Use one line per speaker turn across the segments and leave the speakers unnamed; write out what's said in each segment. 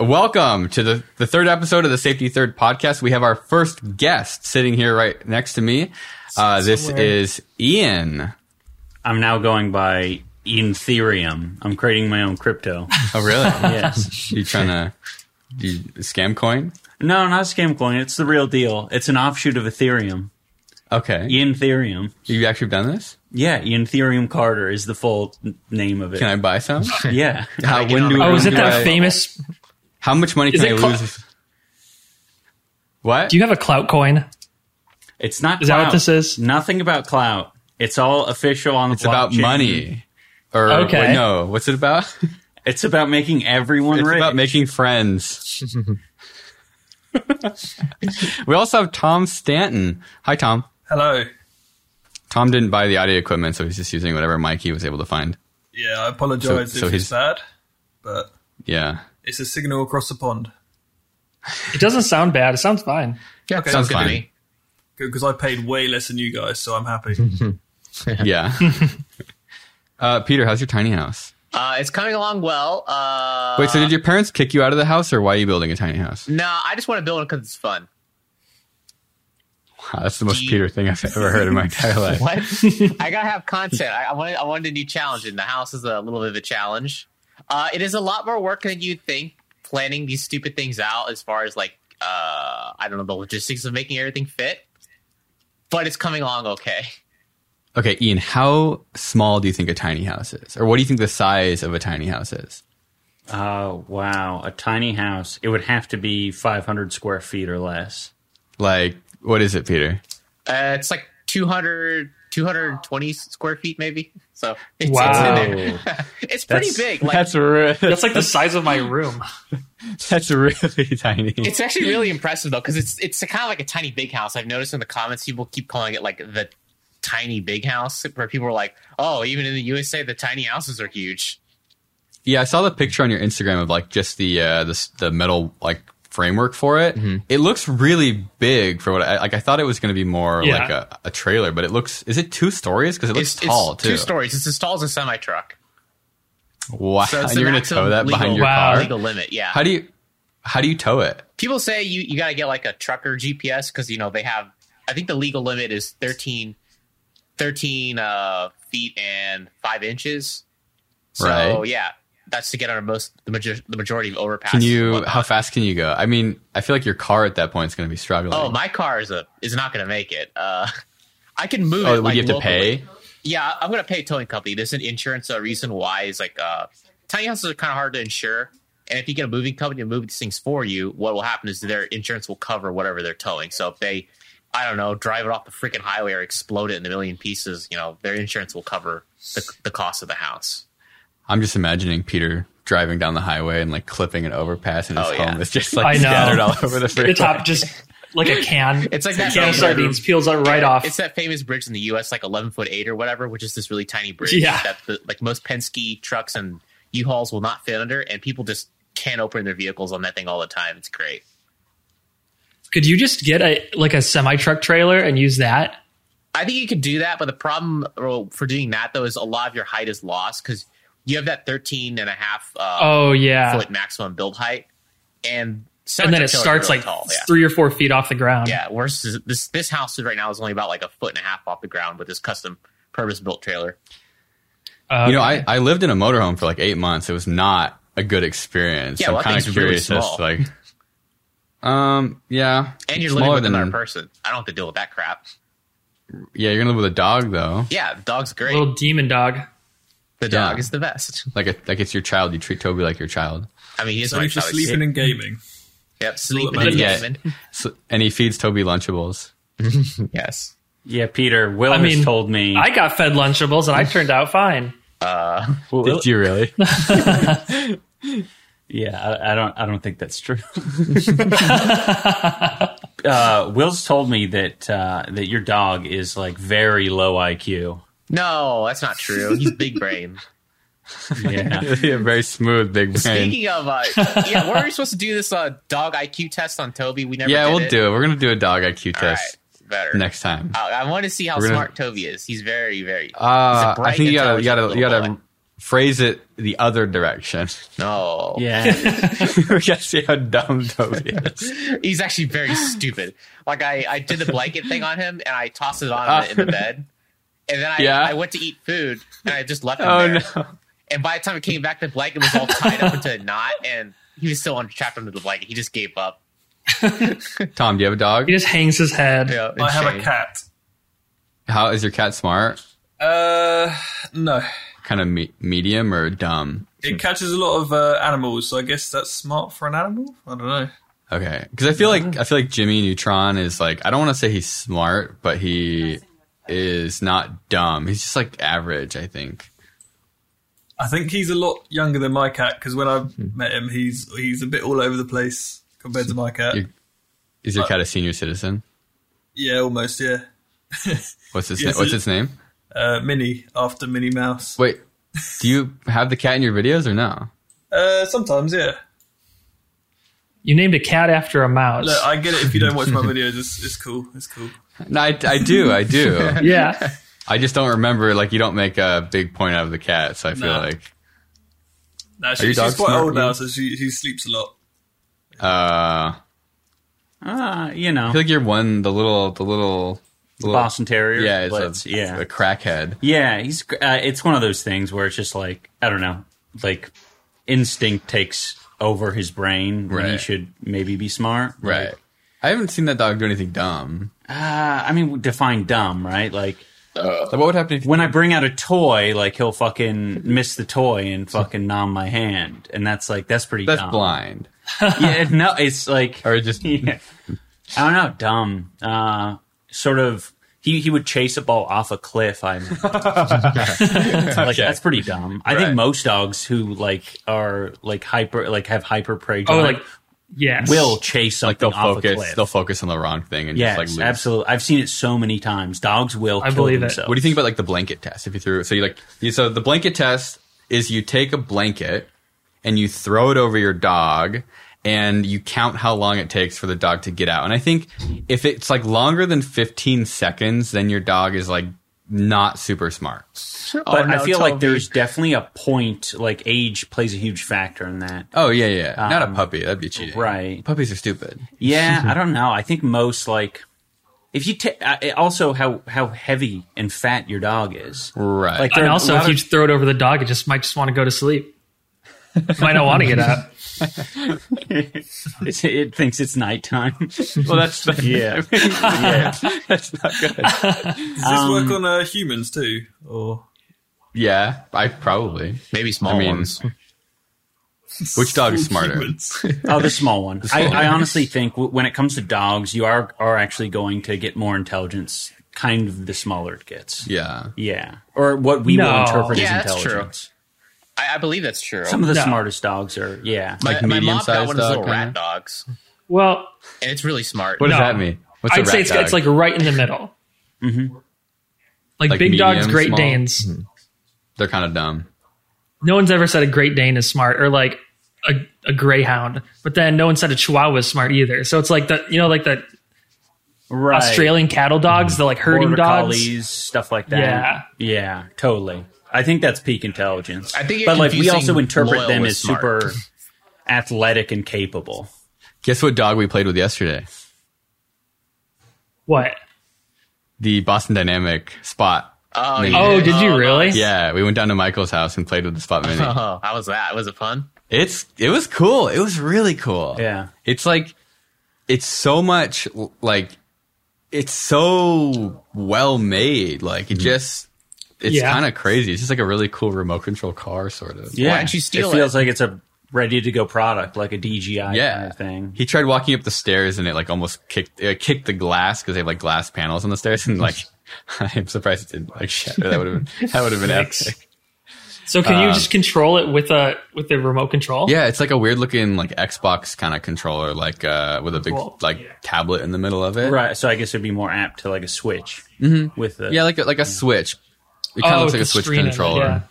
Welcome to the, the third episode of the Safety Third podcast. We have our first guest sitting here right next to me. Uh, this
Somewhere.
is Ian.
I'm now going by Ethereum. I'm creating my own crypto.
Oh, really?
Yes.
you trying to you, scam coin?
no, not scam coin. It's the real deal. It's an offshoot of Ethereum.
Okay.
Ethereum.
You've actually done this?
Yeah, Ethereum Carter is the full n- name of it.
Can I buy some?
yeah.
How,
get
when
on
do,
the-
when
Oh, is it
do
that
I-
famous?
How much money
Is
can I
it called-
lose? What?
Do you have a clout coin?
It's not
Is that
clout.
what this is?
Nothing about clout. It's all official on the
it's about
blockchain.
money. Or
Okay.
wait, no, what's it about?
It's about making everyone
It's
rich.
about making friends. we also have Tom Stanton. Hi, Tom.
Hello.
Tom didn't buy the audio equipment, so he's just using whatever mic he was able to find.
Yeah, I apologise
So- so
if
he's-
it's bad, but
Yeah.
it's a signal across the pond
It doesn't sound bad. It sounds fine.
Yeah,
Okay.
Sounds
sounds good
fine.
to me.
because I paid way less than you guys, so I'm happy.
Yeah. uh, Peter, how's your tiny house?
Uh, it's coming along well. Uh,
Wait, so did your parents kick you out of the house, or why are you building a tiny house?
No, I just want to build it because it's fun.
Wow, that's the most Peter thing I've ever heard in my entire life.
What? I gotta have content. I, I wanted. I wanted a new challenge, and the house is a little bit of a challenge. Uh, it is a lot more work than you'd think planning these stupid things out, as far as like uh, I don't know the logistics of making everything fit. But it's coming along okay.
Okay, Ian, how small do you think a tiny house is? Or what do you think the size of a tiny house is?
oh, wow. A tiny house. It would have to be 500 square feet or less.
Like, what is it, Peter?
Uh, it's like 200, 220 square feet maybe. So it's,
Wow.
it's in there. It's pretty
That's-
big. Like
That's really,
That's like the size of my room.
that's really tiny.
It's actually really impressive though, because it's it's kind of like a tiny big house. I've noticed in the comments people keep calling it like the tiny big house, where people are like, "Oh, even in the USA, the tiny houses are huge."
Yeah, I saw the picture on your Instagram of like just the uh, the, s- the metal like framework for it.
Mm-hmm.
It looks really big for what I like. I thought it was going to be more
Yeah.
like a, a trailer, but it looks. Is it two stories? Because it looks
It's,
tall
it's
too.
two stories. It's as tall as a semi truck.
Wow,
So it's
and
the
you're going to
maximum
tow that behind
legal-
your
Wow.
car.
Legal limit, yeah.
How do you how do you tow it?
people say you you got to get like a trucker GPS because you know they have. I think the legal limit is 13, 13 uh, feet and five inches. So
Right.
yeah, that's to get on a most the, major, the majority of overpasses.
Can
and
you?
whatnot.
How fast can you go? I mean, I feel like your car at that point is going to be struggling.
Oh, my car is a is not going to make it. Uh, I can move
Oh,
it.
would
like,
you have to
locally.
pay?
Yeah, I'm going to pay towing company. There's an insurance uh, reason why is like uh, tiny houses are kind of hard to insure. And if you get a moving company to move these things for you, what will happen is their insurance will cover whatever they're towing. So if they, I don't know, drive it off the freaking highway or explode it in a million pieces, you know, their insurance will cover the, the cost of the house.
I'm just imagining Peter driving down the highway and like clipping an overpass in his
Oh, yeah.
home. It's just
I
like
know.
scattered all over the freeway.
The top just like a can.
It's like
a
that
can of
big
sardines peels up right off.
It's that famous bridge in the U.S., like eleven foot eight or whatever, which is this really tiny bridge
Yeah.
that the, like most Penske trucks and U-Hauls will not fit under, and people just can't open their vehicles on that thing all the time. It's great.
Could you just get a like a semi truck trailer and use that?
I think you could do that, but the problem well, for doing that though is a lot of your height is lost because you have that 13 and a half uh,
Oh yeah.
foot maximum build height, and
and then it
semi-trailers are
starts
really
like
tall, yeah.
three or four feet off the ground.
Yeah, worse is this this house right now is only about like a foot and a half off the ground with this custom purpose built trailer.
Uh,
You know, I, I lived in a motorhome for like eight months. It was not a good experience.
Yeah,
So
well,
I'm
that
kind of
thing's really
curious as
small.
to, like, um, yeah,
And you're
smaller
living with
than-
another person. I don't have to deal with that crap.
Yeah, you're gonna live with a dog though.
Yeah, dog's great.
little demon dog.
the dog
Yeah.
is the best.
Like, a, like it's your child. You treat Toby like your child.
I mean, he is
so
my
he's just
dog. He's-
sleeping and gaming.
Yep, sleeping
Yeah.
and gaming.
So, and he feeds Toby Lunchables.
Yes.
Yeah, Peter, Will
I mean,
has told me.
I got fed Lunchables and I turned out fine.
Uh,
Will-
Did you really?
Yeah, I, I don't. I don't think that's true. uh, Will's told me that uh, that your dog is like very low IQ.
no, that's not true. He's big brain.
Yeah,
yeah, very smooth, big brain.
Speaking of, uh, yeah, were we supposed to do this uh, dog IQ test on Toby? We never.
Yeah,
did
we'll
it.
do it. We're gonna do a dog IQ
All right,
test
better Uh,
next time.
I, want to see how
We're gonna-
smart Toby is. He's very, very.
Uh, I
bright,
think you gotta, you
intelligent
gotta, you
little
gotta
boy.
phrase it the other direction.
No.
Yeah.
We're gonna see how dumb Toby is.
He's actually very stupid. Like I, I did the blanket thing on him and I tossed it on him in the bed. And then I,
Uh, Yeah.
I went to eat food and I just left him
Oh
there.
no.
And by the time it came back, the blanket was all tied up into a knot and he was still trapped under the blanket. He just gave up.
Tom, do you have a dog?
He just hangs his head.
You know, in
I have a
shame.
cat.
How is your cat smart?
Uh, no.
Kind of me- medium or dumb?
It catches a lot of uh, animals, so I guess that's smart for an animal. I don't know.
Okay, because I feel like I feel like Jimmy Neutron is like I don't want to say he's smart, but he is not dumb. He's just like average, I think.
I think he's a lot younger than my cat because when I
Hmm.
met him, he's he's a bit all over the place compared to my cat.
You- Is your cat a senior citizen?
Yeah, almost. Yeah,
What's his
Yes,
na- What's
it-
his name?
uh, Minnie after Minnie Mouse.
Wait, do you have the cat in your videos or no?
Uh, sometimes, yeah.
You named a cat after a mouse.
Look,
uh,
I get it. If you don't watch my videos, it's, it's cool. It's cool.
No, I, I do, I do.
yeah.
I just don't remember. Like you don't make a big point out of the cat, so I feel
No.
like.
No,
your
she, she's
dogs
quite
smart,
old
you-
now, so she she sleeps a lot.
Uh,
uh, you
I
know,
feel like you're one the little the little, the little
Boston Terrier.
yeah
but
it's a,
yeah,
a crackhead.
yeah. He's. gr- Uh, it's one of those things where it's just like I don't know, like instinct takes over his brain when he
Right.
should maybe be smart.
Right.
Like,
I haven't seen that dog do anything dumb.
uh, I mean, define dumb, right? Like
Like, what would happen if
when I bring out a toy, like he'll fucking miss the toy and fucking nom my hand, and that's like that's pretty.
that's
dumb.
blind
yeah, no, it's like
or just
yeah. I don't know, dumb. Uh, sort of. He he would chase a ball off a cliff. I'm like that's pretty dumb. I
Right.
think most dogs who like are like hyper like have hyper prey.
Oh,
drive
like yes.
will chase
like
something
they'll
off a
focus
cliff.
they'll focus on the wrong thing and
yes,
just like lose.
absolutely. I've seen it so many times. Dogs will.
I
kill
believe it.
themselves.
What do you think about like the blanket test? If you threw so you like you, so the blanket test is you take a blanket and you throw it over your dog and you count how long it takes for the dog to get out. And I think if it's like longer than 15 seconds, then your dog is like not super smart.
But
Oh, no,
I feel like
Toby.
there's definitely a point. Like age plays a huge factor in that.
Oh yeah, yeah. Not a
Um,
puppy. That'd be cheating.
right.
Puppies are stupid.
Yeah, I don't know. I think most like if you ta- I- also how how heavy and fat your dog is.
Right.
Like
And
there-
also,
a
if
lot
you
of-
throw it over the dog, it just might just want to go to sleep. It might not want to get up.
it's, it thinks it's nighttime.
well, that's
yeah, yeah.
that's not good.
Does this work on uh, humans too? Or
Yeah, I probably.
maybe small
I mean,
ones.
Which dog is smarter?
Humans.
Oh, the small one. I, I honestly think w- when it comes to dogs, you are are actually going to get more intelligence. Kind of the smaller it gets.
Yeah.
Yeah, or what we will
No.
interpret
Yeah,
as
that's true.
intelligence.
I, I believe that's true.
Some of the
No.
smartest dogs are. Yeah,
my,
like
my mom got
medium-sized
one of those
dog
little
kinda?
rat dogs,
Well,
and it's really smart.
What does
No.
that mean? What's a
I'd
rat
say it's,
dog? Mm-hmm.
it's like right in the middle. Like,
Like
big dogs,
medium,
Great
small? Mm-hmm.
Danes.
they're kind of dumb.
No one's ever said a Great Dane is smart or like a, a Greyhound, but then no one said a Chihuahua is smart either. So it's like the, you know, like the
right.
Australian cattle
Mm-hmm.
dogs, the like herding
Border
dogs.
collies, stuff like that.
Yeah.
yeah, totally. I think that's peak intelligence.
I think you're
but like we
confusing
also interpret
loyal
them
with
as
smart.
super athletic and capable.
Guess what dog we played with yesterday?
What?
The Boston Dynamic Spot.
Oh,
Mini.
yeah.
Oh, did you really?
Yeah, we went down to Michael's house and played with the Spot Mini.
Oh, how was that? Was it fun?
It's it was cool. It was really cool.
Yeah.
It's like it's so much like it's so well made. Like
Mm-hmm.
it just it's
Yeah.
kind of crazy. It's just like a really cool remote control car sort of.
Yeah,
didn't you steal
it? Feels like it's a ready to go product, like a DJI
yeah.
kind of thing.
He tried walking up the stairs and it like almost kicked it kicked the glass because they have like glass panels on the stairs and like I'm surprised it didn't like shatter. That would have been that would have been epic.
So can you
Um,
just control it with a with a remote control?
Yeah, it's like a weird looking like Xbox kind of controller, like uh with a big
Cool.
like tablet in the middle of it.
Right, so I guess it'd be more apt to like a switch with the
Mm-hmm. Yeah, like a, like a Switch. It kind of looks
Oh, with
like a
the
Switch
screen in it,
controller.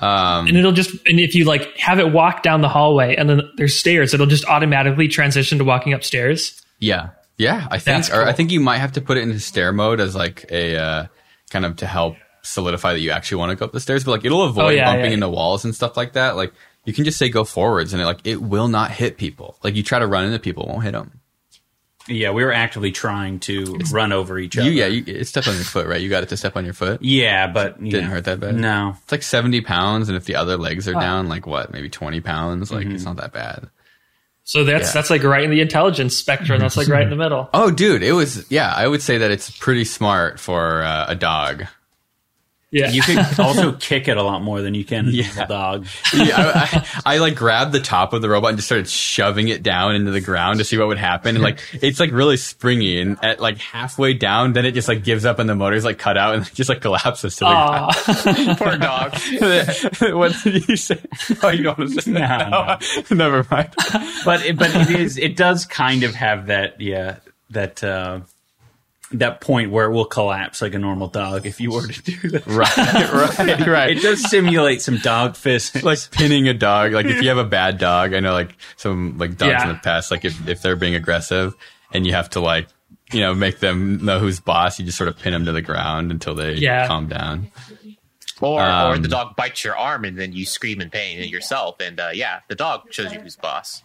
Um,
yeah. and it'll just and if you like have it walk down the hallway and then there's stairs, it'll just automatically transition to walking upstairs.
Yeah, yeah. I think
That's
or I
cool.
think you might have to put it into stair mode as like a uh, kind of to help solidify that you actually want to go up the stairs, but like it'll avoid
Oh, yeah,
bumping
yeah,
into walls and stuff like that. Like you can just say go forwards, and it like it will not hit people. Like you try to run into people, it won't hit them.
Yeah, we were actively trying to run over each other.
You yeah, you, it stepped on your foot, right? You got it to step on your foot.
yeah, but you
Didn't
know,
hurt that bad.
No,
It's like seventy pounds, and if the other legs are down, like what, maybe twenty pounds? Like
Mm-hmm.
it's not that bad.
So that's
Yeah.
that's like right in the intelligence spectrum. That's like right in the middle.
Oh, dude, it was. Yeah, I would say that it's pretty smart for uh, a dog.
Yeah.
you could also kick it a lot more than you can
Yeah.
a dog.
yeah, I, I, I like grabbed the top of the robot and just started shoving it down into the ground to see what would happen. And like, it's like really springy, and at like halfway down, then it just like gives up, and the motor's like cut out, and it just like collapses to the ground.
Aw.
Poor dog.
what did you say? Oh, you don't want to say
No,
that? No. Never mind.
But it, but it is it does kind of have that yeah that uh, that point where it will collapse like a normal dog if you were to do that.
right, right, right.
It does simulate some dog physics.
like pinning a dog. Like if you have a bad dog, I know like some like dogs
Yeah.
in the past, like if, if they're being aggressive and you have to like, you know, make them know who's boss, you just sort of pin them to the ground until they
Yeah.
calm down.
Or, or
Um,
the dog bites your arm and then you scream in pain at yourself. And uh, yeah, the dog shows you who's boss.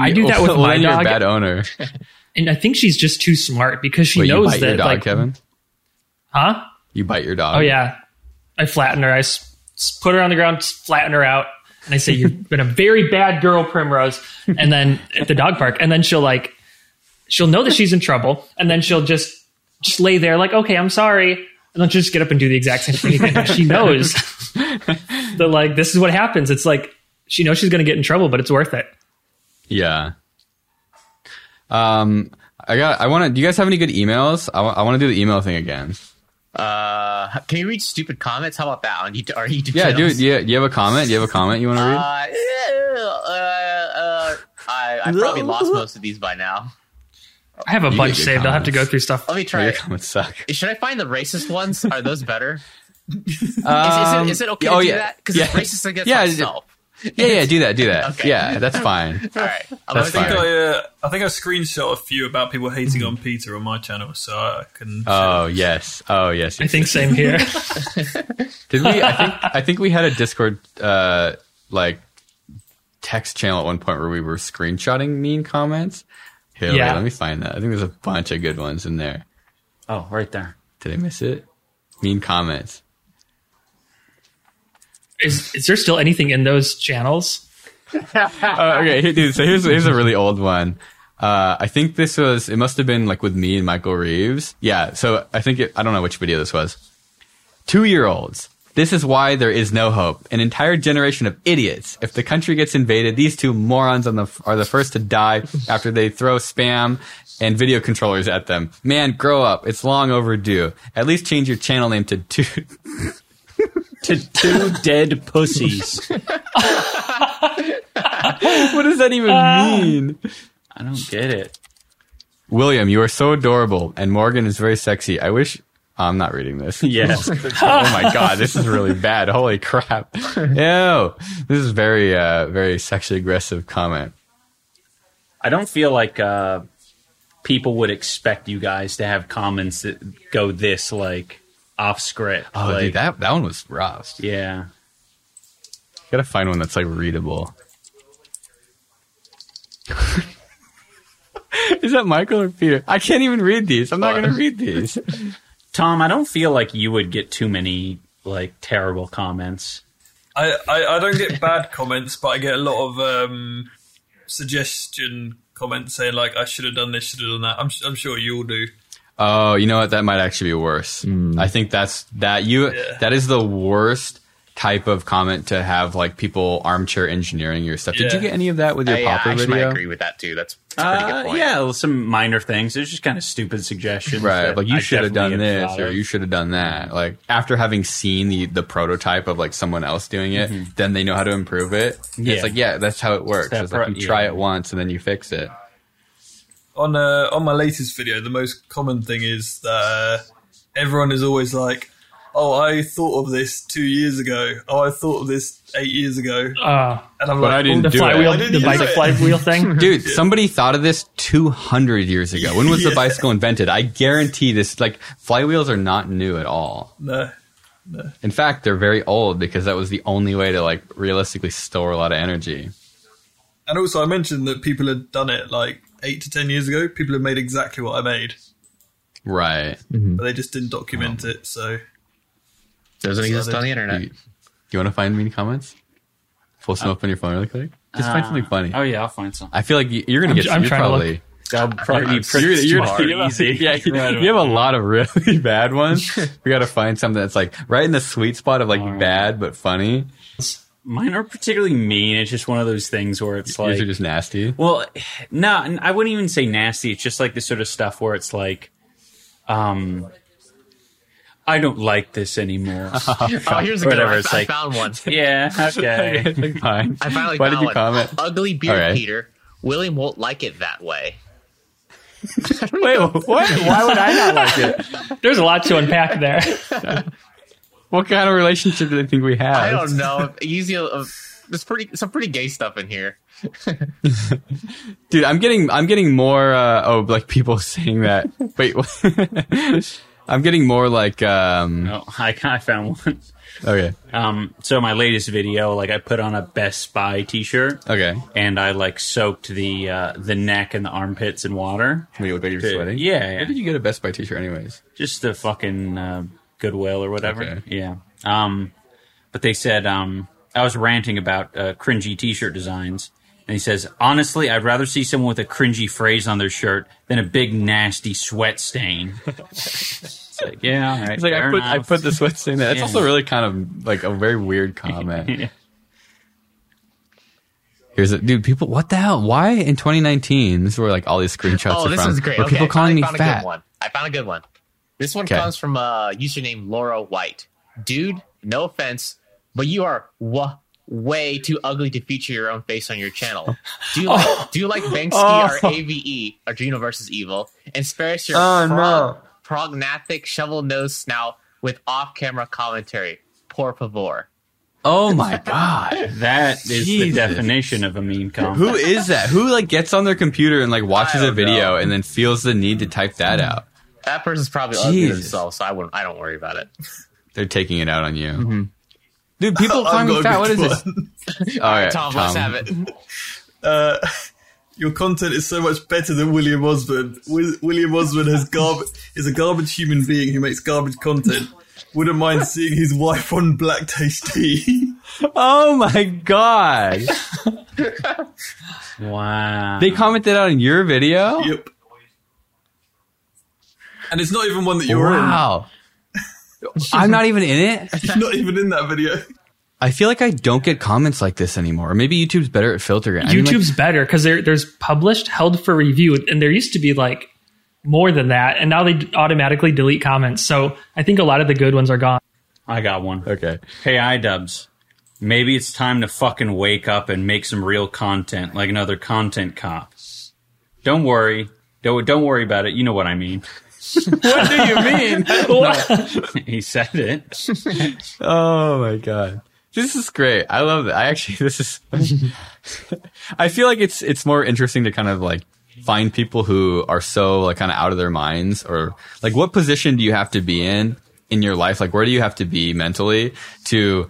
I do that with
Well,
my
then you're
dog.
a bad owner.
and I think she's just too smart because she
Wait, you
knows
bite
that
your dog,
like
Kevin?
huh?
You bite your dog.
Oh yeah. I flatten her. I s- s- put her on the ground, s- flatten her out, and I say, "You've been a very bad girl, Primrose." And then at the dog park, and then she'll like, she'll know that she's in trouble, and then she'll just just lay there like, "Okay, I'm sorry," and then she'll just get up and do the exact same thing again. she knows that like this is what happens. It's like she knows she's going to get in trouble, but it's worth it.
Yeah. Um, I got, I want to, do you guys have any good emails? I want to do the email thing again.
Uh, can you read stupid comments? How about that on YouTube, our YouTube
Yeah,
channels?
dude, do you, do you have a comment? Do you have a comment you want to read?
Uh, uh, uh, I, I probably lost most of these by now.
I have a
Oh, You
bunch
get good
saved. I'll have to go
comments.
through stuff.
Let me
Oh,
try.
your
it.
comments suck.
Should I find the racist ones? Are those better? is,
Um,
is, it, is it okay
oh,
to do
yeah.
that? Because it's
Yeah.
racist against
Yeah, it's-
myself.
Yeah, yeah, do that, do that.
Okay.
Yeah, that's fine.
All right. I'm
That's
gonna
fine.
do
I, uh, I think I screenshot a few about people hating on Peter on my channel, so I can.
Oh yes, oh yes.
I think same here.
Did we? I think I think we had a Discord uh, like text channel at one point where we were screenshotting mean comments. Here, wait,
Yeah.
let me find that. I think there's a bunch of good ones in there.
oh, right there.
Did I miss it? Mean comments.
is is there still anything in those channels?
Uh, okay, here- dude. So here's here's a really old one. Uh, I think this was it must have been like with me and Michael Reeves. Yeah. So I think it, I don't know which video this was. Two year olds. This is why there is no hope. An entire generation of idiots. If the country gets invaded, these two morons on the, are the first to die after they throw spam and video controllers at them. Man, grow up. It's long overdue. At least change your channel name to two,
To two dead pussies.
what does that even mean?
I don't get it.
William, you are so adorable, and Morgan is very sexy. I wish. I'm not reading this.
Yes.
oh my god, this is really bad. Holy crap. Ew. This is very, uh, very sexually aggressive comment.
I don't feel like uh, people would expect you guys to have comments that go this like off script.
Oh,
like,
dude, that, that one was rough.
yeah.
Gotta find one that's like readable. is that Michael or Peter? I can't even read these. I'm not gonna read these.
Tom, I don't feel like you would get too many like terrible comments.
I, I, I don't get bad comments, but I get a lot of um, suggestion comments saying like I should have done this, should have done that. I'm s- I'm sure you all do.
Oh, you know what? That might actually be worse. I think that's that you that is the worst type of comment to have like people armchair engineering your stuff. Did
Yeah.
you get any of that with your
that. yeah, I
popper
actually might
video?
agree with that too. That's, that's a pretty
Uh,
good point.
yeah, well, some minor things. There's just kind of stupid suggestions.
Right,
that
like you
I
should have done
definitely had
this
thought
or
of.
you should have done that. Like after having seen the the prototype of like someone else doing it, then they know how to improve it.
Yeah.
It's like yeah, that's how it works.
that
It's like
pro-
you try
yeah.
it once and then you fix it.
On uh, on my latest video, the most common thing is that uh, everyone is always like, "Oh, I thought of this two years ago. Oh, I thought of this eight years ago,"
Uh,
and
But
I'm like, "Oh,
I didn't
the
do it.
flywheel,
I didn't
the
use
bike
it.
flywheel thing.
Dude, somebody thought of this 200 years ago. When was the
Yeah.
bicycle invented? I guarantee this like flywheels are not new at all.
"No."
In fact, they're very old because that was the only way to like realistically store a lot of energy.
And also, I mentioned that people had done it like eight to ten years ago. People had made exactly what I made,
Right.
but they just didn't document it. So
Doesn't exist on the internet.
You, you want to find mean comments? Pull some up on your phone really quick. Just find something funny.
Oh yeah, I'll find some.
I feel like you- you're gonna
I'm
get.
tr- I'm
you're
trying to
probably,
look.
That'll probably be
You're,
pretty
you're-
smart.
you have-
easy.
Yeah, you,
Right
you have a lot of really bad ones. we got to find something that's like right in the sweet spot of like
All right.
bad but funny.
Mine aren't particularly mean. It's just one of those things where it's
These
like,
are just nasty.
well, no, n- I wouldn't even say nasty. It's just like the sort of stuff where it's like, um, I don't like this anymore.
Oh, here's a good
Whatever,
one. I,
it's
I
like-
found one.
yeah, okay.
Fine.
I finally
Why
found
did you
one.
comment?
Ugly beard,
Alright.
Peter. William won't like it that way.
Wait,
Oh,
what? Why would I not like it?
There's a lot to unpack there.
What kind of relationship do they think we have?
I don't know. Usually, uh, there's pretty some pretty gay stuff in here.
dude i'm getting i'm getting more uh oh like people saying that wait what? i'm getting more like um
No, I, I found one.
okay
Um, so my latest video, like I put on a Best Spy T-shirt,
okay
and I like soaked the uh, the neck and the armpits in water.
wait what you're sweating
Yeah,
where
yeah.
did you get a best buy t-shirt anyways
just the fucking uh, Goodwill or whatever.
Okay.
Yeah. Um, but they said um, I was ranting about uh, cringy T-shirt designs, and he says, honestly, I'd rather see someone with a cringy phrase on their shirt than a big nasty sweat stain. it's like, yeah, all right,
it's like i
fair
put i
enough.
put the sweat stain there it's
Yeah.
also really kind of like a very weird comment
Yeah.
here's a dude people what the hell why in 2019 this is where like all these screenshots
oh,
are
this
from
is great.
were
Okay,
people
I
calling me
finally found a
fat
good one. I found a good one. This one
Okay.
comes from uh, username Laura White. Dude, no offense, but you are wa- way too ugly to feature your own face on your channel. Do
Oh.
you like, do you like Banksy or AVE, Adrenal versus Evil, and spare us your
Oh,
prog-
no.
prognathic shovel nose snout with off camera commentary? Por favor.
oh my god
That is the
Jesus.
definition of a mean comment.
who is that who like gets on their computer and like watches
I
a
don't
video
know.
and then feels the need to type that out
That person's probably ugly
Jesus.
themselves, so I wouldn't. I don't worry about it.
They're taking it out on you. Mm-hmm. Dude, people
I've
calling me
got a
fat. What
good
is this? All right,
Tom, let's have it.
uh, your content is so much better than William Osborne. Wi- William Osborne has garb- is a garbage human being who makes garbage content. Wouldn't mind seeing his wife on black taste tea.
Oh my god!
Wow.
they commented on your video.
yep. And it's not even one that you're
Wow. I'm not even in it.
in. You're not even in that video.
I feel like I don't get comments like this anymore. Or Maybe YouTube's better at filtering. I mean, like-
YouTube's better because there's published, held for review, and there used to be like more than that, and now they d- automatically delete comments. So I think a lot of the good ones are gone.
I got one.
okay.
Hey, iDubbbz. Maybe it's time to fucking wake up and make some real content, like another content cop. Don't worry. Don't, don't worry about it. You know what I mean.
What do you mean?
he said it.
Oh my god. This is great. I love that. I actually this is I feel like it's it's more interesting to kind of like find people who are so like kind of out of their minds or like what position do you have to be in in your life? Like where do you have to be mentally to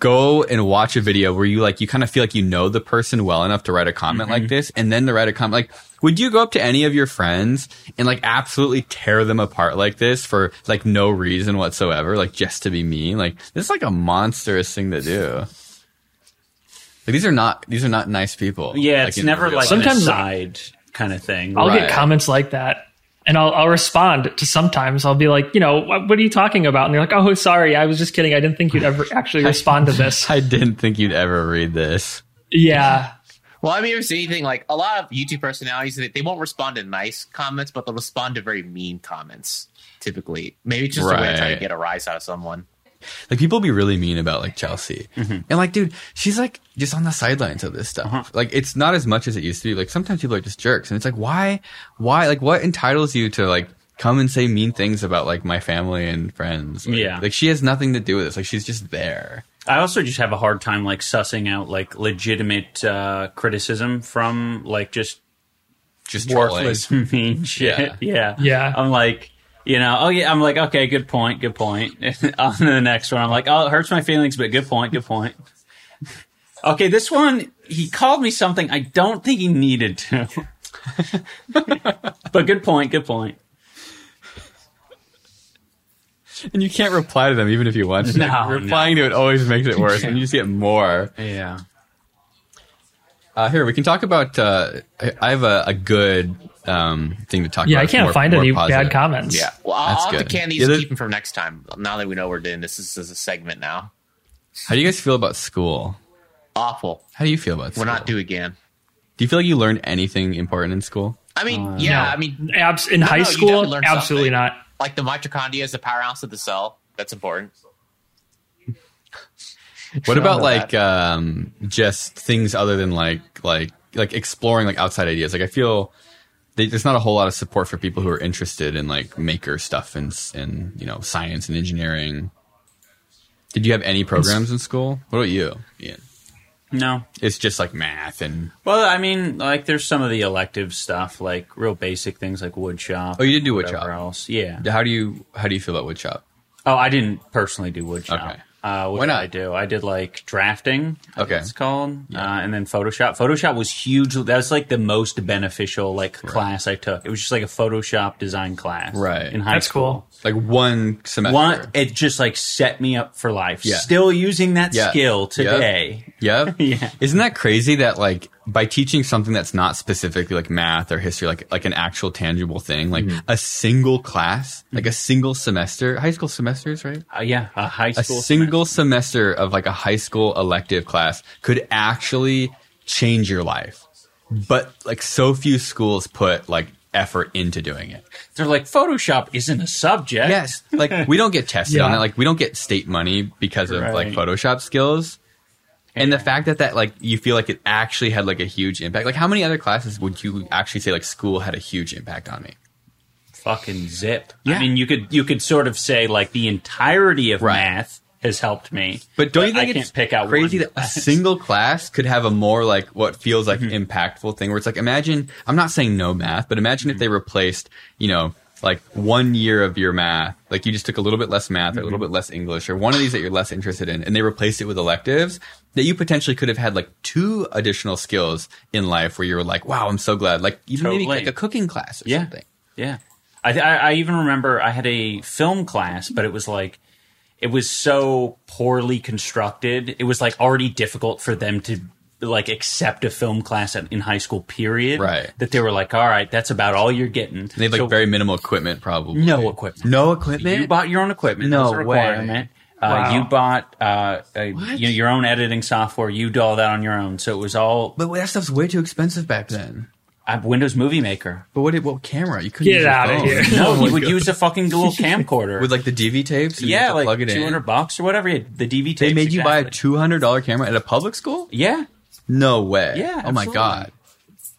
go and watch a video where you like you kind of feel like you know the person well enough to write a comment
Mm-hmm.
like this and then to write a comment like would you go up to any of your friends and like absolutely tear them apart like this for like no reason whatsoever like just to be mean like this is like a monstrous thing to do like these are not these are not nice people
Yeah, it's
in
never
real
like
life.
an
Sometimes-
aside kind of thing.
I'll
Right.
get comments like that, and I'll, I'll respond to sometimes. I'll be like, you know, what, what are you talking about? And they're like, oh, sorry, I was just kidding. I didn't think you'd ever actually respond to this.
i didn't think you'd ever read this
Yeah.
Well, I mean, if it's anything like a lot of YouTube personalities, they, they won't respond to nice comments, but they'll respond to very mean comments. Typically, maybe it's just a way to try
Right.
to get a rise out of someone.
Like people be really mean about like Chelsea, and like dude, she's like just on the sidelines of this stuff. Like it's not as much as it used to be. Like sometimes people are just jerks, and it's like why, why, like what entitles you to like come and say mean things about like my family and friends? Like,
Yeah.
like she has nothing to do with this. Like she's just there.
I also just have a hard time like sussing out like legitimate uh, criticism from like just
Just trolling.
worthless mean shit. Yeah.
Yeah.
I'm like, You know, oh yeah, I'm like, okay, good point, good point. on to the next one, I'm like, oh, it hurts my feelings, but good point, good point. okay, this one, he called me something I don't think he needed to. but good point, good point.
And you can't reply to them even if you want to.
No,
Replying to it always makes it worse, and you just get more.
Yeah.
Uh, here, we can talk about. Uh, I, I have a, a good um, thing to talk
Yeah,
about.
I can't
More-
find
more
any
positive.
bad comments.
Yeah.
Well, I'll
that's
I'll have
good.
to can these
Yeah,
and
there's-
keep them from next time. Now that we know we're doing this, this is a segment now.
How do you guys feel about school?
Awful.
How do you feel about school?
We're not due again.
Do you feel like you learned anything important in school?
I mean,
Uh,
yeah, I mean,
Abs- in
No,
high
no, you definitely
school,
learned
absolutely
something.
not.
like the mitochondria is the powerhouse of the cell. That's important.
What about
know that.
like um, just things other than like like like exploring like outside ideas? Like I feel they, there's not a whole lot of support for people who are interested in like maker stuff and s- and you know science and engineering. Did you have any programs in school? What about you? Ian?
No.
It's just like math and
Well, I mean, like there's some of the elective stuff, like real basic things like woodshop.
Oh, you did do
whatever
woodshop.
Else. Yeah.
how do you how do you feel about woodshop?
Oh, I didn't personally do woodshop.
Okay.
Uh, what
Why
did
not?
I do? I did like drafting. I think
Okay.
it's called, uh, and then Photoshop. Photoshop was huge. That was like the most beneficial like class I took. It was just like a Photoshop design class,
Right.
In high
That's
school.
cool.
Like one semester.
One, it just like set me up for life.
Yeah.
Still using that
Yeah.
skill
Yep.
today.
Yep.
Yeah.
Isn't that crazy that like by teaching something that's not specifically like math or history, like like an actual tangible thing, like
Mm-hmm.
a single class, like a single semester, high school semesters, right?
Uh, yeah, a Mm-hmm. high
A
school
single semester of like a high school elective class could actually change your life. But like so few schools put like effort into doing it.
They're like Photoshop isn't a subject.
Yes. Like we don't get tested on
Yeah.
it. Like we don't get state money because of like
Right.
Photoshop skills. And the fact that that like you feel like it actually had like a huge impact. Like how many other classes would you actually say like school had a huge impact on me?
fucking zip.
Yeah.
I mean, you could you could sort of say like the entirety of
Right.
math has helped me.
But don't you think
I
it's
can't pick out
crazy
one
that a
class?
single class could have a more like what feels like
Mm-hmm.
impactful thing where it's like imagine I'm not saying no math, but imagine
Mm-hmm.
if they replaced, you know, like one year of your math, like you just took a little bit less math or a little
Mm-hmm.
bit less English or one of these that you're less interested in, and they replaced it with electives that you potentially could have had like two additional skills in life where you were like, wow, I'm so glad. Like even maybe
Totally.
like a cooking class or
Yeah.
something.
Yeah, I, I I even remember I had a film class, but it was like it was so poorly constructed. It was like already difficult for them to like accept a film class at, in high school. Period.
Right.
That they were like, all right, that's about all you're getting.
And they have like very minimal equipment probably.
no equipment.
No
You
equipment?
bought your own equipment.
No
that was a requirement. Uh,
Wow.
You bought uh, a, you know, your own editing software. You did all that on your own. So it was all
but that stuff's way too expensive back then.
uh, Windows Movie Maker.
But what? did- What camera? You couldn't
Get
use your
outta
phone.
here.
No, you would use a fucking little camcorder.
Oh with like the DV tapes. And
yeah, like
plug it
two hundred
in.
bucks or whatever. you had The DV.
They
tapes,
made you buy a
exactly.
two hundred dollar camera at a public school?
Yeah,
No way.
Yeah,
Oh my
absolutely.
god.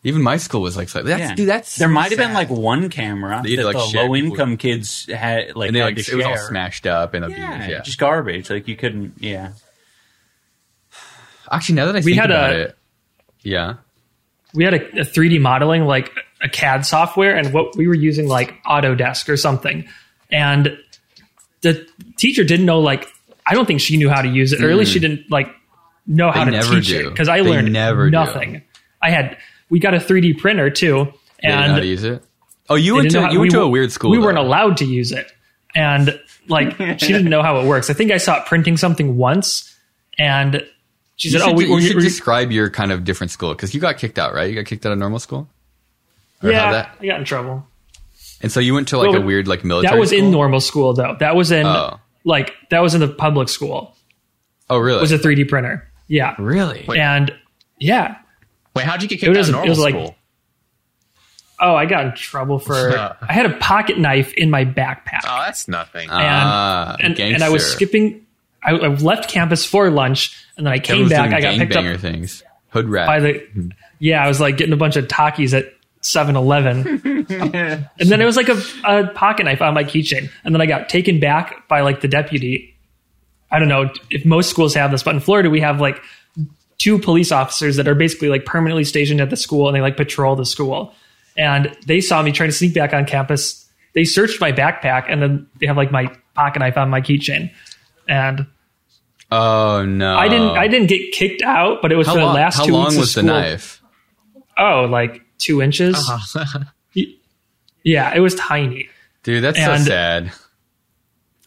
Even my school was like, that's,
yeah.
dude, that's
there
so
might have been
sad.
like one camera
They either,
that
like,
the
shared
low income
with-
kids had like
and they
had
like
to
it
share.
was all smashed up and abused.
Yeah,
Yeah.
just garbage. Like you couldn't. Yeah,
Actually, now that I
We
think
had
about
a-
it, yeah,
We had a, a 3D modeling, like a CAD software, and what we were using, like Autodesk or something. And the teacher didn't know, like, I don't think she knew how to use it, or at least she didn't, like, know how
Mm-hmm. They
to
never
teach
do.
it. Because I
They
learned
never do.
nothing. I had, we got a 3D printer too.
they didn't know how to
And
use it. Oh, you
They
went
didn't
to
know how-
you went
we
to a
w-
weird school.
We
though.
weren't allowed to use it, and like she didn't know how it works. I think I saw it printing something once, and she
You
said,
should,
"Oh, we,
do- you
we,
should
we-
describe your kind of different school because you got kicked out, right? You got kicked out of normal school, or how
yeah,
that.
I got in trouble."
And so you went to like a
Well,
weird like military.
That was in
school?
normal school though. That was in
Oh.
like that was in the public school.
Oh, really?
It was a 3D printer. Yeah,
really?
and yeah.
Wait, how'd you get
It
kicked out of
was- it
normal
was like-
school?
Oh, I got in trouble for I had a pocket knife in my backpack.
Oh, that's nothing.
Ah,
and, and I was
gangster.
skipping. I, I left campus for lunch, and then I came
Kevin's
back.
doing
I got picked up
gangbanger things. Hood rat.
by the yeah i was like getting a bunch of takis at 7-eleven and then it was like a, a pocket knife on my keychain and then i got taken back by like the deputy i don't know if most schools have this but in florida we have like two police officers that are basically like permanently stationed at the school and they like patrol the school and they saw me trying to sneak back on campus they searched my backpack and then they have like my pocket knife on my keychain. And
Oh no!
I didn't I didn't get kicked out, but it was
How
for the
long,
last
how
two
long
weeks
was
of school.
the knife?
Oh, like two inches. Y- yeah, it was tiny.
Dude, that's
And-
so sad.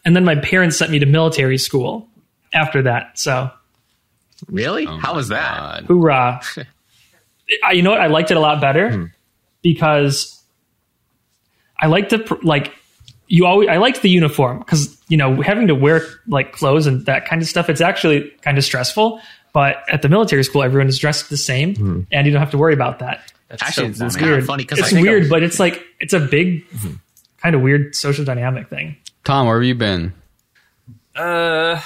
And then my parents sent me to military school after that. So
Really?
um,
How was that?
God.
hoorah. I, you know what? I liked it a lot better because I like the, pr- like, you always, I liked the uniform because, you know, having to wear like clothes and that kind of stuff, it's actually kind of stressful. But at the military school, everyone is dressed the same and you don't have to worry about that.
Actually,
so
it's
funny.
kind of funny because
It's weird, but it's like, it's a big, kind of weird social dynamic thing.
Tom, where have you been?
Uh,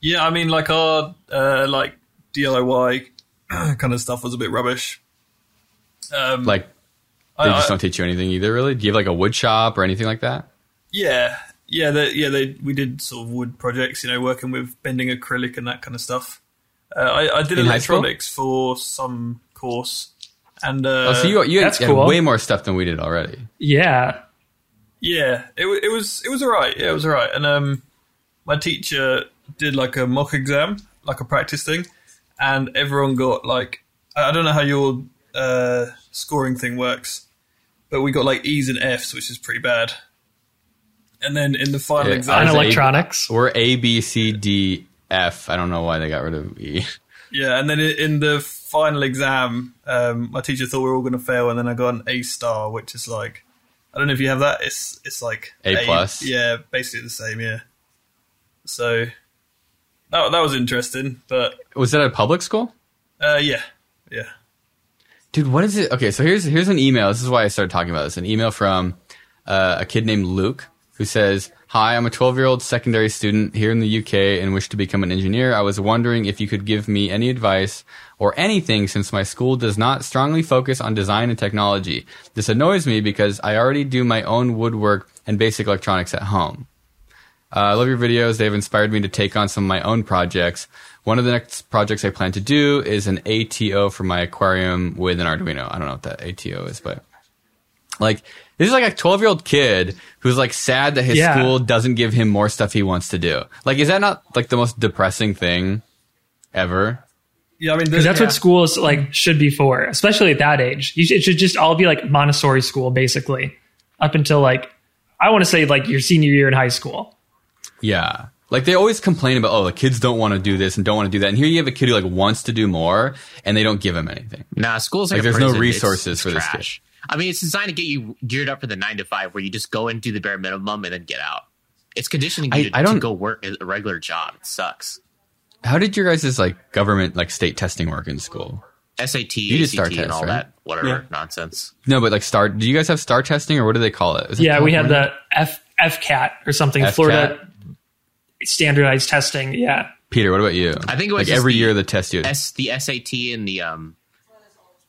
yeah, I mean, like our uh, like DIY kind of stuff was a bit rubbish. Um,
Like,
I-
they just
I-
don't teach you anything either, really. Do you have like a wood shop or anything like that?
yeah, yeah, they, yeah. They we did sort of wood projects, you know, working with bending acrylic and that kind of stuff. Uh, I, I did
In high school?
electronics for some course, and uh,
Oh, so you you had,
that's
had
cool.
way more stuff than we did already.
Yeah.
Yeah, it, wa- it was it was alright. Yeah, it was alright. And um, my teacher did like a mock exam, like a practice thing, and everyone got like I I don't know how your uh, scoring thing works, but we got like E's and F's, which is pretty bad. And then in the final
Yeah,
exam,
On
I was
electronics.
We're A B C D F. I don't know why they got rid of E.
yeah, and then i- in the final exam, um, my teacher thought we were all going to fail, and then I got an A star, which is like I don't know if you have that. It's it's like
A plus.
Yeah, basically the same. Yeah. So that that was interesting, but
Was that a public school?
uh, yeah, yeah.
Dude, what is it? Okay, so here's here's an email. This is why I started talking about this. An email from uh, a kid named Luke who says, "Hi, I'm a 12 year old secondary student here in the UK and wish to become an engineer. I was wondering if you could give me any advice or anything since my school does not strongly focus on design and technology. This annoys me because I already do my own woodwork and basic electronics at home." Uh, I love your videos. They've inspired me to take on some of my own projects. One of the next projects I plan to do is an ATO for my aquarium with an Arduino. I don't know what that ATO is, but like this is like a 12 year old kid who's like sad that his
Yeah.
school doesn't give him more stuff he wants to do. Like, is that not like the most depressing thing ever?
Yeah, I mean,
Because that's what schools like should be for, especially at that age. You should, it should just all be like Montessori school, basically, up until like I want to say like your senior year in high school.
Yeah. Like they always complain about, oh, the kids don't want to do this and don't want to do that. And here you have a kid who like wants to do more and they don't give him anything.
Nah, school's like,
Like,
a
there's no
prison. It's-
resources
it's
for this kid.
trash. I mean, it's designed to get you geared up for the nine to five, where you just go and do the bare minimum and then get out. It's conditioning you
I-
to,
I
to
don't-
go work a regular job. It sucks.
How did your guys' like government like state testing work in school?
SAT,
You did
ACT,
star
and
test,
all
right?
that whatever
Yeah.
nonsense.
No, but like star. Do you guys have star testing or what do they call it? Is it
Yeah, we had
California?
the F FCAT or something,
FCAT?
Florida standardized testing. Yeah,
Peter, what about you?
I think it was
like
just
every
the
year the test you.
S, the SAT and the um.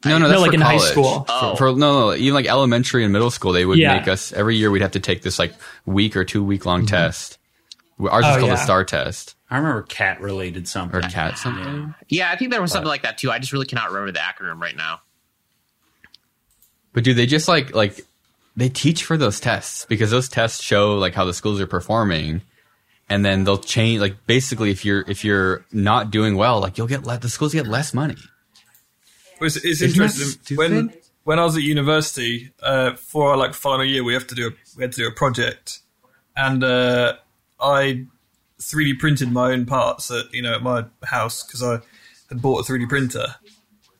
no, no, that's
no, like
for
in high
college.
school.
For-
Oh.
For, no, no, even like elementary and middle school, they would
Yeah. Mm-hmm.
make us every year. We'd have to take this like week or two week long test. Ours is
Oh,
called a
yeah.
star test
I remember cat related something.
or cat something.
Yeah, I think there was something like that too. I just really cannot remember the acronym right now.
But do they just like like they teach for those tests because those tests show like how the schools are performing and then they'll change like basically if you're if you're not doing well like you'll get let the schools get less money.
It's, it's
Isn't that
interesting when
stupid?
when I was at university uh, for our like final year, we have to do a, we had to do a project, and uh, I 3D printed my own parts at you know at my house because I had bought a 3D printer,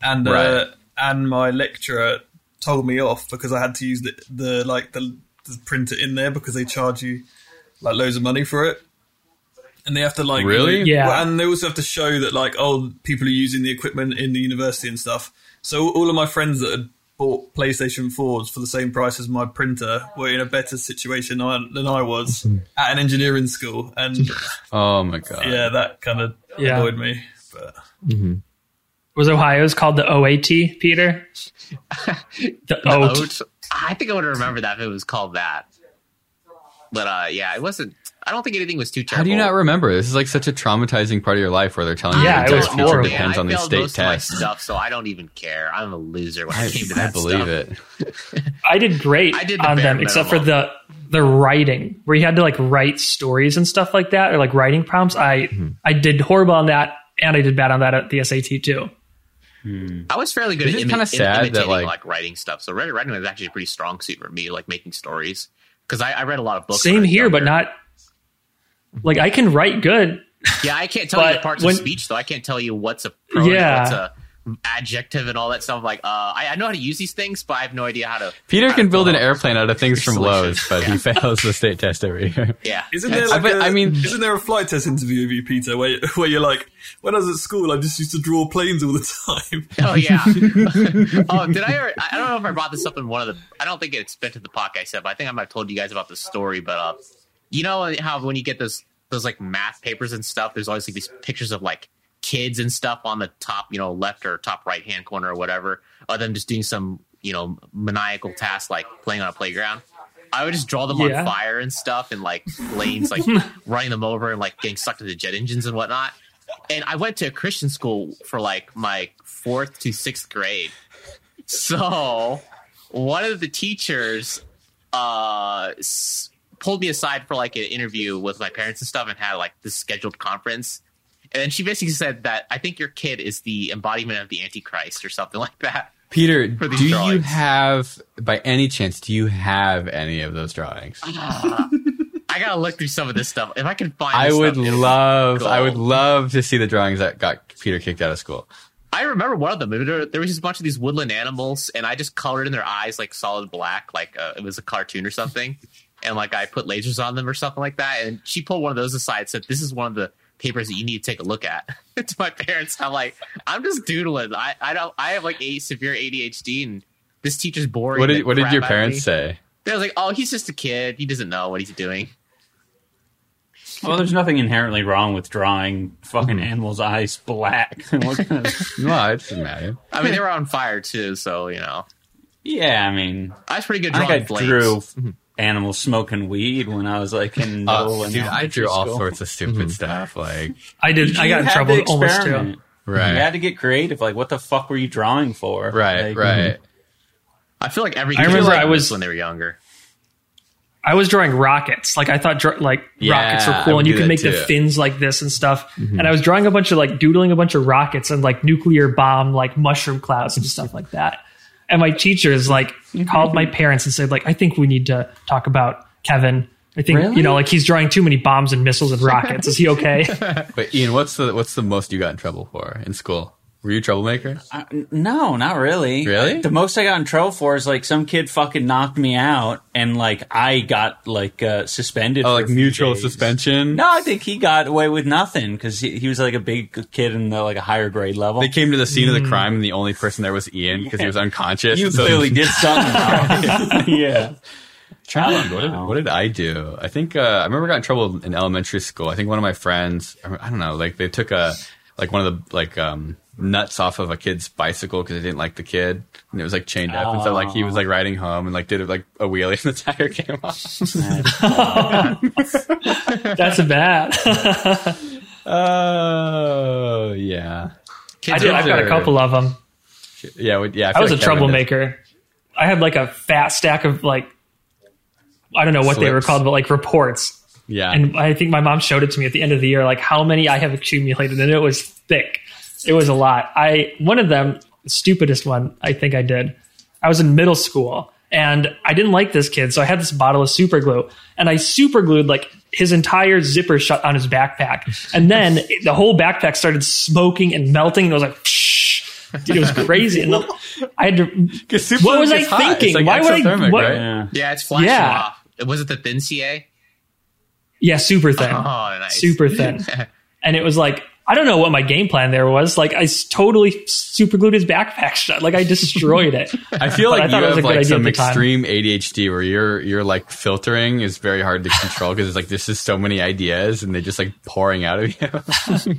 and
Right.
uh, and my lecturer told me off because I had to use the, the like the, the printer in there because they charge you like loads of money for it. And they have to like
Really?
Yeah.
Well, and they also have to show that like oh people are using the equipment in the university and stuff. So all of my friends that had bought PlayStation fours for the same price as my printer were in a better situation I, than I was
Mm-hmm.
at an engineering school, and
Oh my god.
yeah, that kind of
Yeah.
annoyed me. But
Was Ohio's called the OAT, Peter? the OAT.
Oat. I think I would remember that if it was called that. But uh, yeah, it wasn't. I don't think anything was too terrible.
How do you not remember? This is like such a traumatizing part of your life where they're telling you
Yeah,
your
it was
entire future
horrible.
depends
I
on these
failed
state
most of my
tests.
stuff, so I don't even care. I'm a loser when
I,
it came to
I
that
believe
stuff.
it.
I did great
I did the
on
bare
them, except for
minimum.
the the writing where you had to like write stories and stuff like that, or like writing prompts. I
Mm-hmm.
I did horrible on that, and I did bad on that at the SAT too.
I was fairly good
It's
at
just
imi-
kinda
in-
sad that,
imitating
like-
like, writing stuff. So writing, writing was actually a pretty strong suit for me, like making stories. Because I, I read a lot of books. when I
Same
was
here, but
younger.
not like I can write good.
Yeah, I can't tell you
But
the parts
when-
of speech though. I can't tell you what's a pronoun,
Yeah.
what's a adjective, and all that stuff. Like, uh, I, I know how to use these things, but I have no idea how to.
Peter
how to
can build an
pronoun.
airplane out of things from
solution.
Lowe's, but he fails the state test every year.
Yeah,
Isn't there?
I
Like
bet-
a-
I mean-
isn't there a flight test interview of you, Peter, where where you're like, when I was at school, I just used to draw planes all the time.
Oh yeah. oh, did I? Ever, I I don't know if I brought this up in one of the. I don't think it's been to the podcast yet, but I think I might have told you guys about the story. But uh, you know how when you get those those like math papers and stuff, there's always like these pictures of like kids and stuff on the top, you know, left or top right hand corner or whatever, of them just doing some you know maniacal task like playing on a playground. I would just draw them
Yeah.
on fire and stuff, and like lanes, like running them over and like getting sucked into jet engines and whatnot and I went to a Christian school for like my fourth to sixth grade. So one of the teachers uh, s- pulled me aside for like an interview with my parents and stuff and had like this scheduled conference. And then she basically said that I think your kid is the embodiment of the Antichrist or something like that.
Peter,
For
do
these
you
drawings.
have, by any chance, do you have any of those drawings?
I gotta look through some of this stuff. If I can find,
I
this
would
stuff, it'll-
love, I would
gold.
love to see the drawings that got Peter kicked out of school.
I remember one of them. There, there was just a bunch of these woodland animals, and I just colored in their eyes like solid black, like uh, it was a cartoon or something. And like I put lasers on them or something like that. And she pulled one of those aside, and said, "This is one of the papers that you need to take a look at." to my parents, I'm like, "I'm just doodling. I, I don't. I have like a severe ADHD, and this teacher's boring."
What
the
did, what did
crap
your
out of
parents
me."
say?
They was like, "Oh, he's just a kid. He doesn't know what he's doing."
Well, there's nothing inherently wrong with drawing
Mm-hmm.
fucking animals' eyes black. What kind of-
No, it doesn't matter.
I mean, they were on fire too, so you know,
yeah, I mean,
I was pretty good
I
drawing
think I
flames.
drew animals smoking weed when I was like in middle
Oh,
Mm-hmm. Uh,
and
dude, I drew
elementary
all
school.
sorts of stupid
Mm-hmm.
stuff. Like,
I did. I
You
got in
had
trouble
to
almost too.
experiment.
right,
You had to get creative. Like, what the fuck were you drawing for?
right,
Like,
mm-hmm.
right.
I feel like every.
I remember
like
I was-
this when they were younger.
I was drawing rockets. Like I thought, dr- like
Yeah,
rockets were
I
cool,
would
and you
do
can
that
make
too. Mm-hmm.
the fins like this and stuff. And I was drawing a bunch of like doodling a bunch of rockets and like nuclear bomb, like mushroom clouds and stuff like that. And my teachers like called my parents and said, like, I think we need to talk about Kevin. I think
Really?
you know, like he's drawing too many bombs and missiles and rockets. Is he okay?
But Ian, what's the what's the most you got in trouble for in school? Were you a troublemaker?
I- no, not really.
Really?
The most I got in trouble for is like some kid fucking knocked me out and like I got like uh, suspended.
Oh,
for a
like
few
mutual
days.
suspension.
No, I think he got away with nothing because he, he was like a big kid in the, like a higher grade level.
They came to the scene of the crime, and the only person there was Ian because he was unconscious.
Mm. you
So-
clearly did something. wrong. yeah.
Trying to- what, did,
Wow.
what did I do? I think uh, I remember I got in trouble in elementary school. I think one of my friends, I don't know, like they took a like one of the like um, nuts off of a kid's bicycle because they didn't like the kid, and it was like chained up, and so like he was
Oh.
like riding home and like did like a wheelie and the tire came off.
That's bad.
Oh yeah,
I did. I've got a couple of them.
yeah, we- yeah.
I
feel
was
like Kevin
a
did.
troublemaker. I had like a fat stack of like I don't know what they were
Slips.
called, but like reports.
Yeah,
And I think my mom showed it to me at the end of the year, like how many I have accumulated, and it was thick. It was a lot. I one of them, stupidest one I think I did. I was in middle school and I didn't like this kid, so I had this bottle of super glue and I super glued like his entire zipper shut on his backpack. And then it- the whole backpack started smoking and melting and it was like Dude, it was crazy. And the- I had to
'Cause super
what was
glue
I
gets hot. It's,
thinking?
like,
Why would I-
exothermic,
what-
right?
Yeah.
Yeah, it's flashing
Yeah.
off. Was it the thin CA?
Yeah, super thin.
Oh, nice.
Super thin. and it was like I don't know what my game plan there was. Like I s- totally superglued his backpack shut. Like I destroyed it.
I feel
But I
like
thought
you
it was
have
a good
like
idea at
some
the time.
extreme ADHD where your your like filtering is very hard to control because it's like there's just so many ideas and they're just like pouring out of you.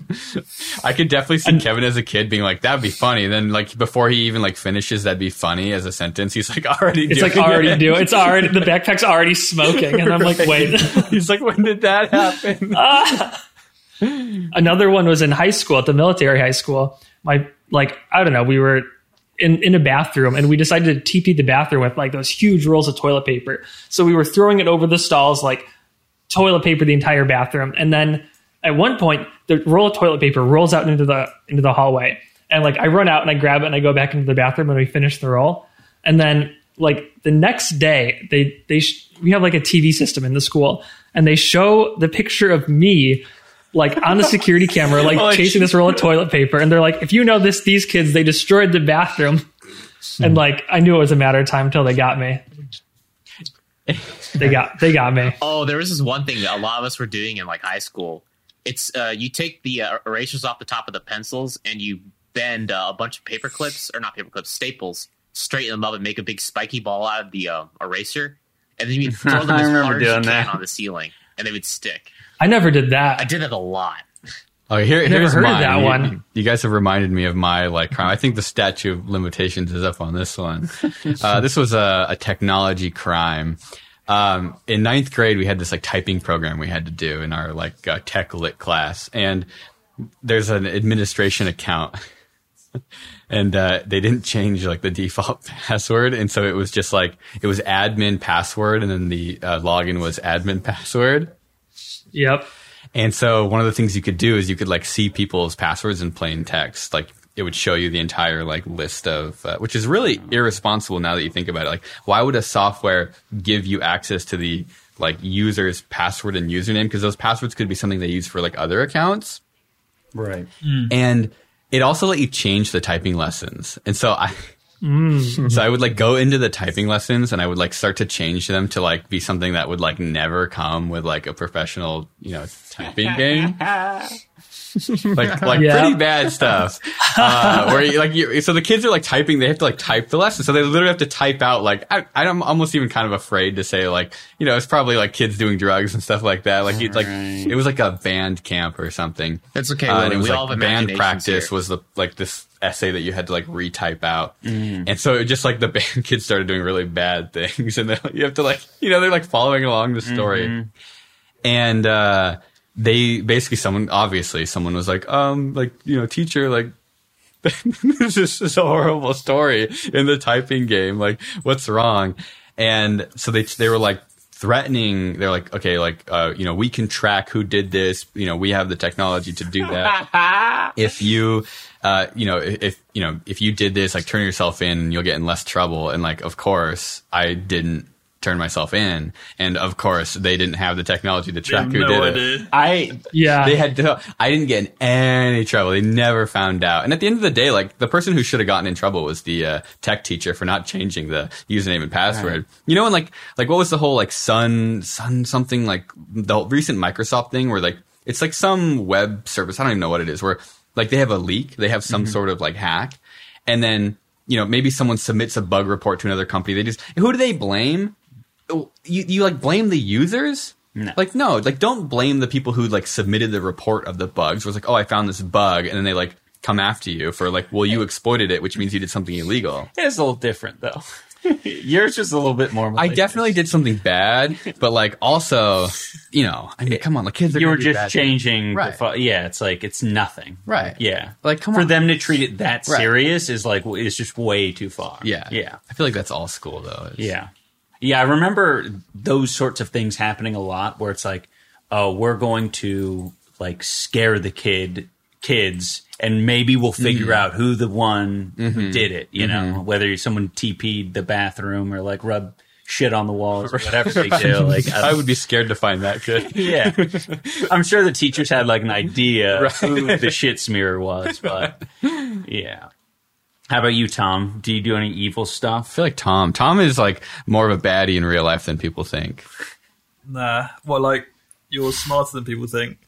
I could definitely see Kevin as a kid being like, "That'd be funny." And then like before he even like finishes, "That'd be funny" as a sentence, he's like already.
It's
doing
like already
it.
do. It's already the backpack's already smoking, and I'm like, wait.
He's like, "When did that happen?"
Another one was in high school at the military high school. My like I don't know. We were in in a bathroom, and we decided to TP the bathroom with like those huge rolls of toilet paper. So we were throwing it over the stalls like toilet paper the entire bathroom, and then at one point the roll of toilet paper rolls out into the into the hallway, and like I run out and I grab it and I go back into the bathroom and we finish the roll, and then like the next day they they sh- we have like a TV system in the school and they show the picture of me like on the security camera like
Oh,
chasing this roll of toilet paper and they're like if you know this these kids they destroyed the bathroom and like I knew it was a matter of time until they got me they got they got me
Oh, there was this one thing that a lot of us were doing in like high school. It's uh, you take the uh, erasers off the top of the pencils and you bend uh, a bunch of paper clips or not paper clips staples, straighten them up and make a big spiky ball out of the uh, eraser, and then you would throw them
I
as
remember
hard as you
doing
can
that.
on the ceiling, and they would stick.
I never did that
I did that a lot.
Oh, here,
never
here's
heard of
mine.
that
You-
one.
You guys have reminded me of my like crime. I think the statute of limitations is up on this one. uh, this was a, a technology crime. Um, in ninth grade, we had this like typing program we had to do in our like uh, tech lit class, and there's an administration account and uh, they didn't change like the default password, and so it was just like it was admin password, and then the uh, login was admin password.
yep
And so one of the things you could do is you could like see people's passwords in plain text. Like it would show you the entire like list of, uh, which is really irresponsible now that you think about it. Like why would a software give you access to the like user's password and username? Because those passwords could be something they use for like other accounts
Right.
and it also let you change the typing lessons. And so I, so I would like go into the typing lessons and I would like start to change them to like be something that would like never come with like a professional, you know, typing game. like like
Yeah.
pretty bad stuff. Uh, where you, like you, so the kids are like typing, they have to like type the lesson, so they literally have to type out like I, I'm almost even kind of afraid to say like you know it's probably like kids doing drugs and stuff like that. Like you, like
Right.
it was like a band camp or something.
That's okay,
Uh, and
Willie.
it was
We
like
all have
band
imaginations
practice
here.
was the like this essay that you had to like retype out, and so it just like the band kids started doing really bad things, and then you have to like you know they're like following along the story, and uh, they basically someone obviously someone was like um like you know teacher like this is just a horrible story in the typing game. Like, what's wrong? And so they they were like threatening. They're like, okay, like uh, you know, we can track who did this. You know, we have the technology to do that. if you, uh, you know, if if, you know, if you did this, like turn yourself in, you'll get in less trouble. And like, of course, I didn't turn myself in, and of course, they didn't have the technology to
I
track
have
who
no
did it.
idea.
I
Yeah.
They had to, I didn't get in any trouble. They never found out. And at the end of the day, like the person who should have gotten in trouble was the uh, tech teacher for not changing the username and password. You know, and like like what was the whole like Sun Sun something like the recent Microsoft thing where like it's like some web service. I don't even know what it is. Where like they have a leak, they have some sort of like hack, and then you know maybe someone submits a bug report to another company. They just who do they blame? you Oh, you like blame the users?
No.
Like no, like don't blame the people who like submitted the report of the bugs. Where it's like, oh, I found this bug, and then they like come after you for like, well, you exploited it, which means you did something illegal.
It's a little different though. Yours is a little bit more.
I
malicious.
definitely did something bad, but like also, you know, I mean, come on, like kids are
You
gonna
were
do bad
just
things.
changing.
Right.
The fu- yeah, it's like it's nothing.
Right.
Yeah.
Like, come
for
on.
them to treat it that
Right.
serious is like w- it's just way too far.
Yeah,
Yeah.
I feel like that's all school though. It's-
Yeah. Yeah, I remember those sorts of things happening a lot where it's like, oh, we're going to like scare the kid kids and maybe we'll figure
Mm-hmm.
out who the one who did it, you know, whether someone TP'd the bathroom or like rub shit on the walls or whatever they do. Like
I would be scared to find that good.
Yeah. I'm sure the teachers had like an idea who the shit smearer was, but yeah. How about you, Tom? Do you do any evil
I
stuff?
feel like Tom. Tom is like more of a baddie in real life than people think.
Nah. Well, like you're smarter than people think.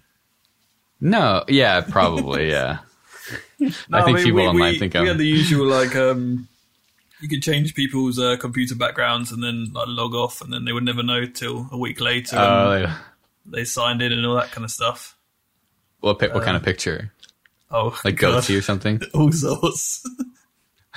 No, yeah, probably, yeah.
No,
I think people
we,
online
we,
think
we
I'm-
had the usual like um, you could change people's uh, computer backgrounds and then like log off, and then they would never know till a week later. and
Uh,
they signed in and all that kind of stuff.
what pic, what
Uh,
kind of picture?
Oh,
Like
God.
goatee or something?
all sorts,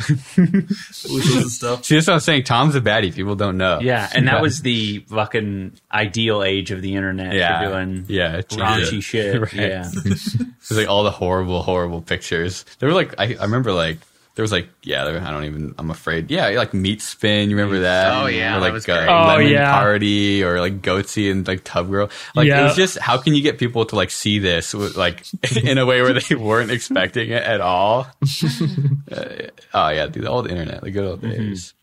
all sorts of stuff.
See, that's what I'm saying. Tom's a baddie. People don't know.
Yeah, and that
Yeah.
was the fucking ideal age of the internet
Yeah.
for doing
Yeah, it changed
raunchy
it.
shit.
Right.
Yeah,
It was like all the horrible, horrible pictures. There were like I, I remember like there was like yeah, there, I don't even I'm afraid. Yeah, like meat spin, you remember that?
Oh,
Or,
yeah, that
like
was
uh,
great.
Oh,
lemon
yeah.
party or like goatsy and like tub girl. Like it
Yeah.
was just how can you get people to like see this with, like in a way where they weren't expecting it at all? Uh, oh yeah, dude, the old internet, the good old days.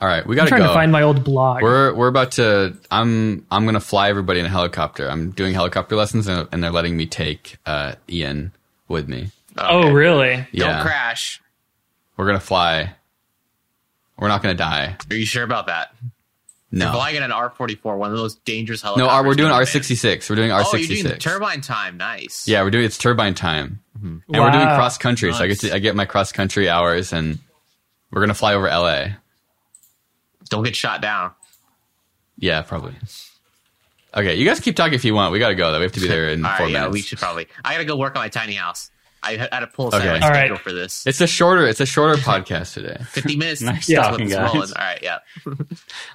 All right, we got
Mm-hmm. I'm trying
go.
to find my old blog.
We're we're about to. I'm I'm gonna fly everybody in a helicopter. I'm doing helicopter lessons, and, and they're letting me take uh, Ian with me.
Oh, really?
Don't
Yeah,
crash.
we're gonna fly. We're not gonna die.
Are you sure about that? You're
No,
flying in an R44, one of those dangerous helicopters.
no. Our, we're doing
man.
R66. We're doing
Oh, you're doing the
R66.
turbine time. Nice.
Yeah, we're doing it's turbine time, and we're doing
Wow.
cross country. So I get
Nice.
to, I get my cross country hours, and we're gonna fly over LA.
Don't get shot down.
Yeah, probably. Okay, you guys keep talking if you want. We gotta go though. We have to be there in
All
four
right, yeah,
minutes.
we should probably. I gotta go work on my tiny house. I had to pull aside
Okay.
my
All
schedule
right.
for this.
It's a shorter. It's a shorter podcast today.
50 minutes.
Nice
is what
talking,
this
guys.
rolling. All right, yeah.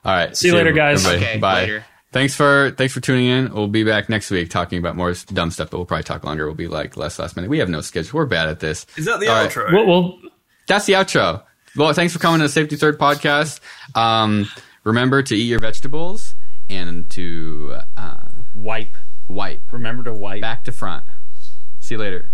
All right.
See you later, guys.
everybody.
Okay,
Bye.
later.
Thanks for thanks for tuning in. We'll be back next week talking about more dumb stuff, but we'll probably talk longer. We'll be like less last minute. We have no schedule. We're bad at this.
Is that the
All right.
outro?
Well, well,
That's the outro. Well, thanks for coming to the Safety Third podcast. Um, remember to eat your vegetables and to uh,
wipe.
wipe
Remember to wipe.
back to front. See you later.